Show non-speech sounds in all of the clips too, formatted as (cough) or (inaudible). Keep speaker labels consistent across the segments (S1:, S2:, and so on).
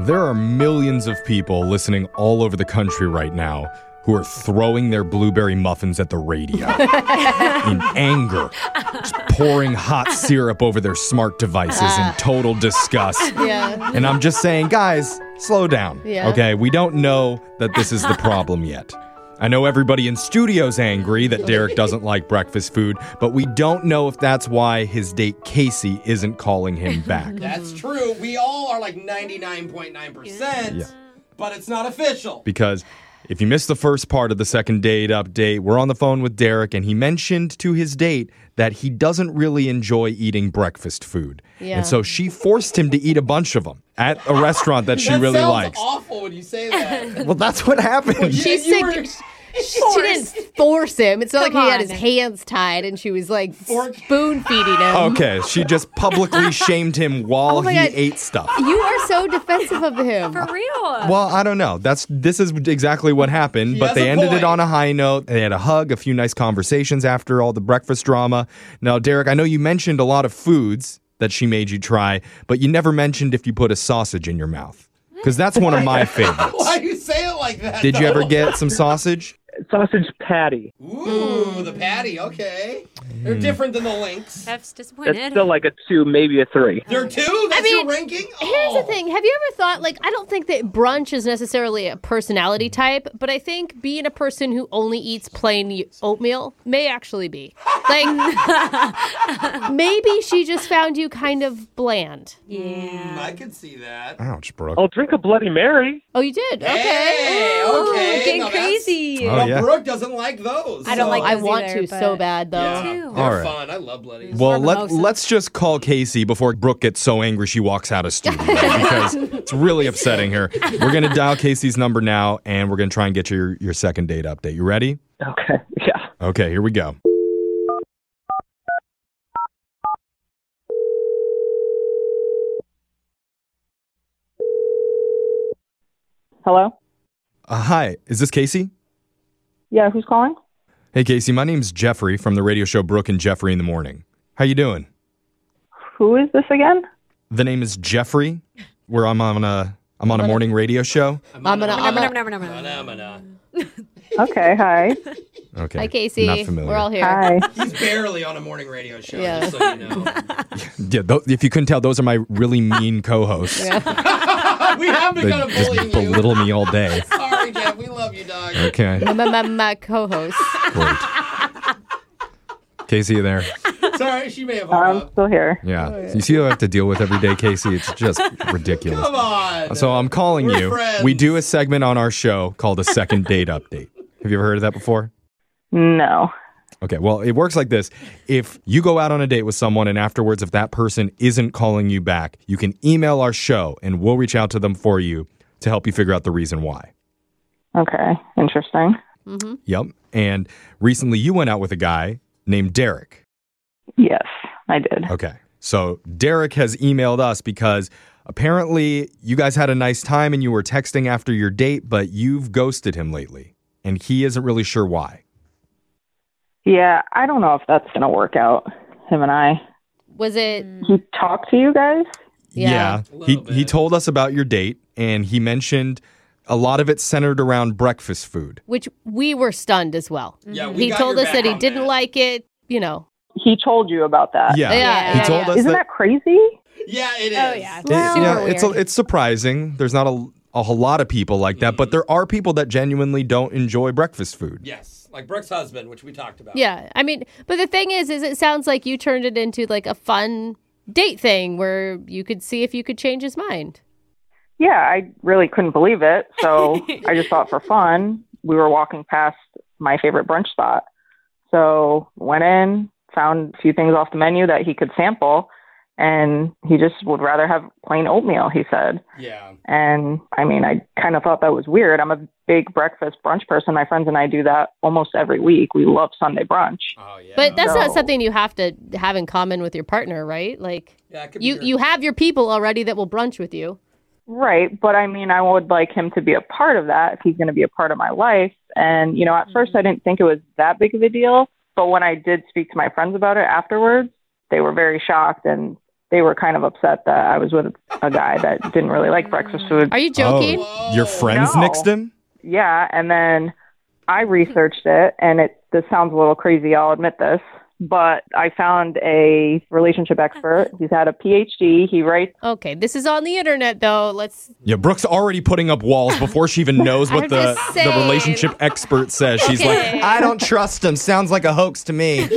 S1: There are millions of people listening all over the country right now who are throwing their blueberry muffins at the radio in anger, just pouring hot syrup over their smart devices in total disgust.
S2: (laughs)
S3: Yeah.
S1: And I'm just saying, guys, slow down.
S3: Yeah.
S1: Okay, we don't know that this is the problem yet. I know everybody in studio's angry that Derek doesn't like breakfast food, but we don't know if that's why his date Casey isn't calling him back.
S4: That's
S3: Mm-hmm.
S4: true. We all are like 99.9%,
S1: Yeah.
S4: but it's not official.
S1: because if you missed the first part of the second date update, we're on the phone with Derek, and he mentioned to his date that he doesn't really enjoy eating breakfast food.
S3: Yeah.
S1: And so she forced him to eat a bunch of them at a restaurant that she
S4: that
S1: really
S4: sounds
S1: likes.
S4: awful when
S3: (laughs)
S4: you say that.
S1: Well, that's what happened.
S3: She
S4: You were
S3: said she didn't force him. It's not
S2: Come
S3: like he had
S2: on.
S3: his hands tied and she was like
S4: Fork.
S3: spoon feeding him.
S1: okay, she just publicly shamed him while
S3: Oh my
S1: he
S3: God.
S1: ate stuff.
S3: You are so defensive of him. (laughs)
S2: For real.
S1: Well, I don't know. That's this is exactly what happened, but
S4: has
S1: they
S4: a
S1: ended it
S4: point.
S1: on a high note. They had a hug, a few nice conversations after all the breakfast drama. Now, Derek, I know you mentioned a lot of foods that she made you try, but you never mentioned if you put a sausage in your mouth. Cuz that's one of
S4: (laughs)
S1: my favorites.
S4: Why do you say it like that?
S1: Did you ever
S4: though?
S1: get some sausage?
S5: sausage patty.
S4: Ooh, the patty. Okay.
S1: Mm.
S4: They're different than the links.
S2: That's
S5: That's
S2: disappointed.
S5: still like a two, maybe a three.
S4: They're two? That's
S3: mean,
S4: your ranking?
S3: Here's the
S4: Oh.
S3: thing. Have you ever thought, like, I don't think that brunch is necessarily a personality type, but I think being a person who only eats plain y- oatmeal may actually be. Like, (laughs) maybe she just found you kind of bland.
S4: Mm, I could see that.
S1: Ouch,
S4: Oh,
S1: Brooke.
S5: I'll drink a Bloody Mary.
S3: Oh, you did? Okay.
S4: Hey, Oh, okay.
S2: Ooh, getting
S4: now that's-
S2: crazy.
S1: Oh,
S4: Well,
S1: yeah.
S4: Brooke doesn't like those.
S2: I don't
S4: so-
S2: like
S3: I
S2: those
S3: want
S2: either,
S3: to so
S2: but-
S3: bad, though.
S4: Yeah,
S2: too.
S4: They're
S1: All right.
S4: fun. I love bloody.
S1: Well,
S2: Or
S1: let,
S2: mimosas.
S1: let's just call Casey before Brooke gets so angry she walks out of
S4: (laughs)
S1: studio because it's really upsetting her. We're going to dial Casey's number now and we're going to try and get your, your second date update. You ready?
S5: Okay. (laughs) Yeah.
S1: Okay, here we go.
S6: Hello?
S1: Uh, hi, is this Casey?
S6: Yeah, who's calling?
S1: Hey, Casey, my name's Jeffrey from the radio show Brooke and Jeffrey in the Morning. How you doing?
S6: Who is this again?
S1: The name is Jeffrey. Where I'm on a I'm on a morning radio show.
S3: I'm gonna, I'm
S2: Number,
S3: gonna,
S2: number, number, number.
S4: Phenomena.
S1: (laughs)
S6: Okay, hi.
S1: Okay.
S3: hi, Casey.
S1: Not familiar.
S3: We're all here.
S6: Hi.
S4: He's barely on a morning radio show,
S3: Yeah.
S4: just so
S3: (laughs)
S4: you know.
S1: Yeah, tho- if you couldn't tell, those are my really mean co-hosts.
S4: (laughs) we have
S1: They
S4: begun a bullying
S1: just
S4: you.
S1: belittle me all day.
S4: Sorry, Jeff. We love you, dog.
S1: (laughs) Okay.
S3: (laughs) My, my, my co-host.
S1: Great. Casey, you there?
S4: Sorry, she may have hung
S6: I'm
S4: up.
S6: still here.
S1: Yeah.
S3: Oh,
S1: You see what I have to deal with every day, Casey? It's
S3: (laughs)
S1: just ridiculous.
S4: Come on.
S1: So I'm calling
S4: We're
S1: you.
S4: friends.
S1: We do a segment on our show called a second date update. Have you ever heard of that before?
S6: No.
S1: Okay, well, it works like this. If you go out on a date with someone and afterwards, if that person isn't calling you back, you can email our show and we'll reach out to them for you to help you figure out the reason why.
S6: Okay, interesting.
S1: Yep. And recently you went out with a guy named Derek.
S6: Yes, I did.
S1: Okay. So Derek has emailed us because apparently you guys had a nice time and you were texting after your date, but you've ghosted him lately. And he isn't really sure why.
S6: Yeah, I don't know if that's going to work out, him and I.
S3: Was it?
S6: He talked to you guys?
S3: Yeah.
S4: A
S1: He
S4: little
S1: he
S4: bit.
S1: told us about your date and he mentioned a lot of it centered around breakfast food.
S3: Which we were stunned as well.
S4: Yeah, we
S3: He
S4: got
S3: told
S4: your
S3: us that
S4: back
S3: he
S4: on
S3: didn't like it. You know.
S6: He told you about that.
S1: Yeah.
S3: Uh, Yeah,
S1: he
S3: yeah,
S1: told
S3: yeah.
S1: us
S6: Isn't that crazy?
S4: Yeah, it is.
S2: Oh, yeah.
S1: It- yeah,
S3: Super
S1: it's a,
S3: weird.
S1: it's surprising. There's not a a whole lot of people like that,
S4: Mm-hmm.
S1: but there are people that genuinely don't enjoy breakfast food.
S4: Yes, like Brooke's husband, which we talked about.
S3: Yeah. I mean, but the thing is, is it sounds like you turned it into like a fun date thing where you could see if you could change his mind.
S6: Yeah, I really couldn't believe it. So I just thought for fun, we were walking past my favorite brunch spot. So went in, found a few things off the menu that he could sample, and he just would rather have plain oatmeal, he said.
S4: Yeah.
S6: And I mean, I kind of thought that was weird. I'm a big breakfast brunch person. My friends and I do that almost every week. We love Sunday brunch.
S4: Oh, yeah.
S3: But that's not
S6: No.
S3: something you have to have in common with your partner, right? Like
S4: yeah, it could be
S3: you
S4: your-
S3: you have your people already that will brunch with you.
S6: Right. But I mean, I would like him to be a part of that if he's going to be a part of my life. And, you know, at first I didn't think it was that big of a deal. But when I did speak to my friends about it afterwards, they were very shocked and they were kind of upset that I was with a guy that didn't really like breakfast food.
S3: Are you joking?
S1: Oh, your friends
S6: No.
S1: nixed him?
S6: Yeah, and then I researched it, and it this sounds a little crazy. I'll admit this, but I found a relationship expert. He's had a PhD. He writes.
S4: Oh.
S3: Okay, this is on the internet though. Let's
S1: Yeah, Brooke's already putting up walls before she
S3: (laughs)
S1: even knows what
S3: I'm
S1: the,
S3: just
S1: the
S3: saying.
S1: relationship expert says. She's
S3: Okay.
S1: like, I don't trust him. Sounds like a hoax to
S3: (laughs)
S1: me.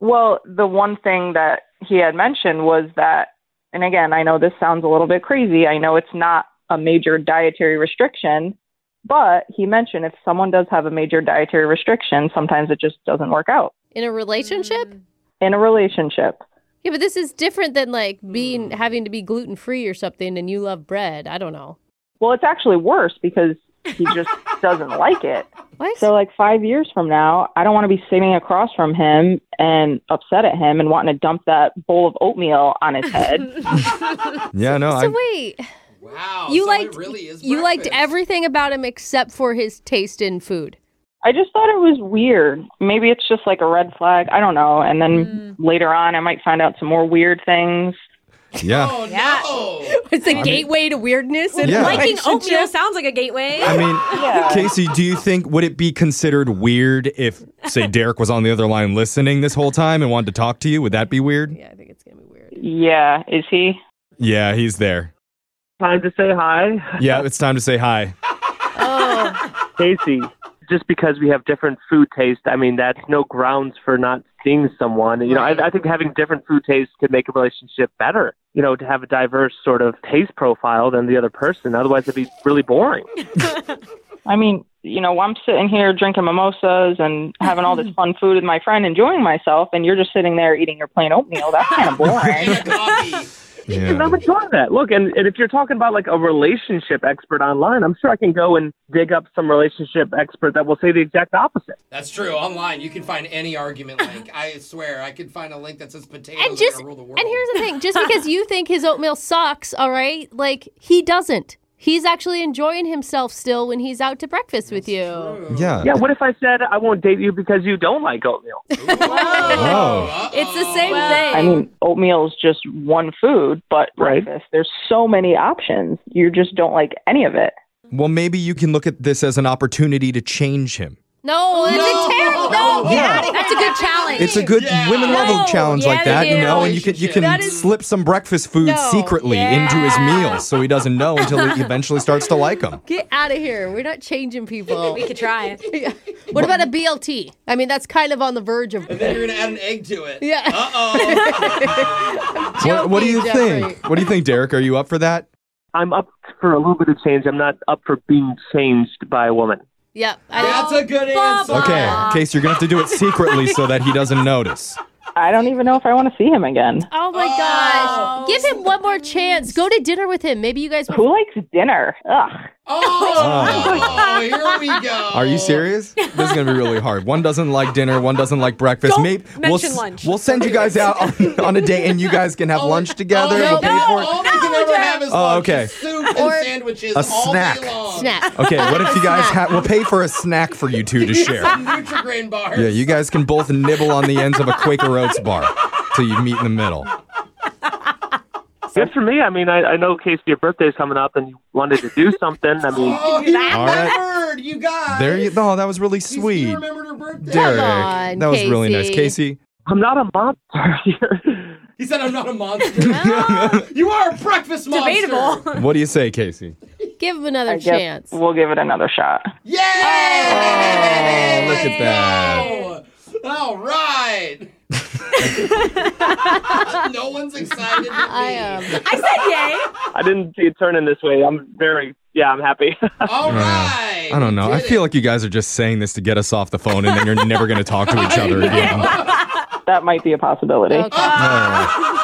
S6: Well, the one thing that he had mentioned was that, and again, I know this sounds a little bit crazy. I know it's not a major dietary restriction, but he mentioned if someone does have a major dietary restriction, sometimes it just doesn't work out
S3: in a relationship.
S6: in a relationship.
S3: Yeah, but this is different than like being having to be gluten free or something, and you love bread. I don't know.
S6: Well, it's actually worse because he just doesn't like it.
S3: What?
S6: So, like five years from now, I don't want to be sitting across from him and upset at him and wanting to dump that bowl of oatmeal on his head.
S1: Yeah, no,
S3: so
S1: I,
S3: wait,
S4: Wow.
S3: you
S4: so
S3: liked
S4: it really is
S3: you liked
S4: breakfast.
S3: everything about him except for his taste in food.
S6: I just thought it was weird. Maybe it's just like a red flag. I don't know. And then later on, I might find out some more weird things.
S1: (laughs) yeah.
S3: (laughs)
S4: Oh
S2: Yeah.
S4: no.
S3: (laughs) It's a gateway to weirdness and
S1: Yeah.
S2: Liking oatmeal
S3: relationships.
S2: sounds like a gateway.
S1: I mean,
S6: Yeah.
S1: Casey, do you think would it be considered weird if, say, Derek was on the other line listening this whole time and wanted to talk to you? Would that be weird?
S3: Yeah, I think it's gonna be weird.
S6: Yeah. Is he?
S1: Yeah, he's there.
S5: Time to say hi.
S1: Yeah, it's time to say hi.
S3: Oh,
S5: Casey, just because we have different food taste, I mean, that's no grounds for not seeing someone. You know, I, I think having different food tastes could make a relationship better. You know, to have a diverse sort of taste profile than the other person. Otherwise, it'd be really boring.
S6: I mean, you know, I'm sitting here drinking mimosas and having all this fun food with my friend, enjoying myself, and you're just sitting there eating your plain oatmeal. That's kind of boring.
S4: And a coffee.
S5: And
S1: Yeah.
S5: I'm enjoying that. Look, and, and if you're talking about like a relationship expert online, I'm sure I can go and dig up some relationship expert that will say the exact opposite.
S4: That's true. Online, you can find any argument link. I swear, I could find a link that says potatoes
S3: and just
S4: are gonna rule the world.
S3: and here's the thing: just because (laughs) you think his oatmeal sucks, all right, like he doesn't. He's actually enjoying himself still when he's out to breakfast with you.
S1: Yeah.
S5: Yeah, what if I said I won't date you because you don't like oatmeal?
S1: Oh.
S2: it's the same thing.
S6: I mean, oatmeal is just one food, but
S5: Right.
S6: breakfast, there's so many options. You just don't like any of it.
S1: Well, maybe you can look at this as an opportunity to change him.
S3: No, that's a
S4: No.
S3: terrible. No, get
S1: Yeah.
S3: out of
S2: That's a
S3: here.
S2: good challenge.
S1: It's a good
S4: Yeah.
S1: women love
S2: No.
S1: a challenge
S2: Yeah,
S1: like
S2: they
S1: that, you
S2: do.
S1: know, and you can you can
S3: That is-
S1: slip some breakfast food
S3: No.
S1: secretly
S3: Yeah.
S1: into his meal so he doesn't know until he eventually starts to like them.
S3: Get out of here. We're not changing
S1: (laughs)
S3: people.
S2: we could try.
S3: (laughs) what about a BLT? I mean, that's kind of on the verge of.
S4: And then you're gonna add an egg to it.
S3: Yeah.
S4: Uh
S3: (laughs)
S4: oh.
S1: What, what do you
S3: Joking, Jeffrey.
S1: think? What do you think, Derek? Are you up for that?
S5: I'm up for a little bit of change. I'm not up for being changed by a woman.
S3: Yeah, I
S4: That's a good answer.
S1: Okay, Case, you're gonna have to do it secretly so that he doesn't notice.
S6: I don't even know if I want to see him again.
S3: Oh my gosh. Oh. Give him one more chance. Go to dinner with him. Maybe you guys will.
S6: Who likes dinner? Ugh.
S4: Oh, here we go.
S1: Are you serious? This is gonna be really hard. One doesn't like dinner, one doesn't like breakfast.
S2: Don't
S1: Maybe we'll
S2: mention
S1: s-
S2: lunch.
S1: we'll send you guys out on, on a date and you guys can have lunch together.
S4: Oh,
S1: we'll
S4: no,
S1: pay for it.
S4: all we can ever have is
S1: Oh,
S4: lunch,
S1: okay.
S4: is soup and sandwiches
S1: a
S4: all
S1: snack.
S4: day long.
S3: Snap.
S1: Okay, what if you guys have? We'll pay for a snack for you two to (laughs) share.
S4: Some Nutrigrain bars.
S1: Yeah, you guys can both nibble on the ends of a Quaker Oats bar till you meet in the middle.
S5: Good for me. I mean, I, I know, Casey, your birthday's coming up and you wanted to do something. I mean,
S4: Oh, he
S1: All right.
S4: remembered, you guys.
S1: There you go. that was really
S4: He- he
S1: sweet.
S4: remembered her birthday.
S1: Derek,
S3: on,
S1: that was really nice.
S3: Casey.
S1: Casey,
S5: I'm not a monster (laughs) here.
S4: He said, "I'm not a monster. (laughs) you are a breakfast monster." (laughs)
S1: (laughs)
S2: Debatable.
S1: what do you say, Casey?
S3: Give him another
S6: I guess
S3: chance.
S6: We'll give it another shot.
S4: Yay!
S1: look
S4: Let's
S1: at that.
S4: go. Oh. All right. (laughs) no one's excited. but
S3: I um,
S4: me.
S3: am.
S2: I said
S5: I didn't see it turning this way. I'm very, yeah, I'm happy. (laughs)
S4: All right.
S1: Uh, I don't know.
S4: We
S1: I
S4: did
S1: feel
S4: it.
S1: like you guys are just saying this to get us off the phone, (laughs) and then you're never going to talk to each other again. Oh.
S6: That might be a possibility.
S3: Okay.
S1: All right.